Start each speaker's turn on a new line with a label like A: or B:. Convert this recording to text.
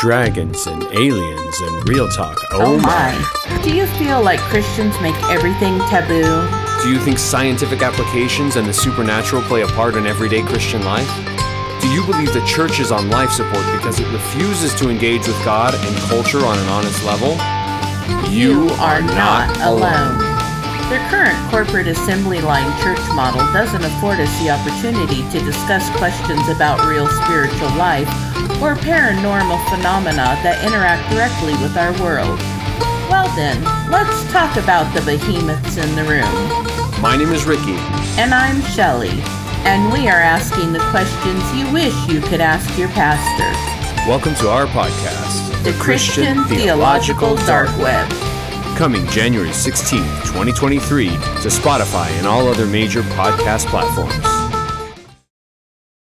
A: dragons and aliens and real talk. Oh,
B: Oh
A: my.
B: my. Do you feel like Christians make everything taboo?
C: Do you think scientific applications and the supernatural play a part in everyday Christian life? Do you believe the church is on life support because it refuses to engage with God and culture on an honest level?
B: You are not alone. The current corporate assembly line church model doesn't afford us the opportunity to discuss questions about real spiritual life or paranormal phenomena that interact directly with our world. Well then, let's talk about the behemoths in the room.
C: My name is Ricky.
B: And I'm Shelley, and we are asking the questions you wish you could ask your pastor.
C: Welcome to our podcast,
B: The Christian, Theological Dark Web.
C: coming January 16th, 2023 to Spotify and all other major podcast platforms.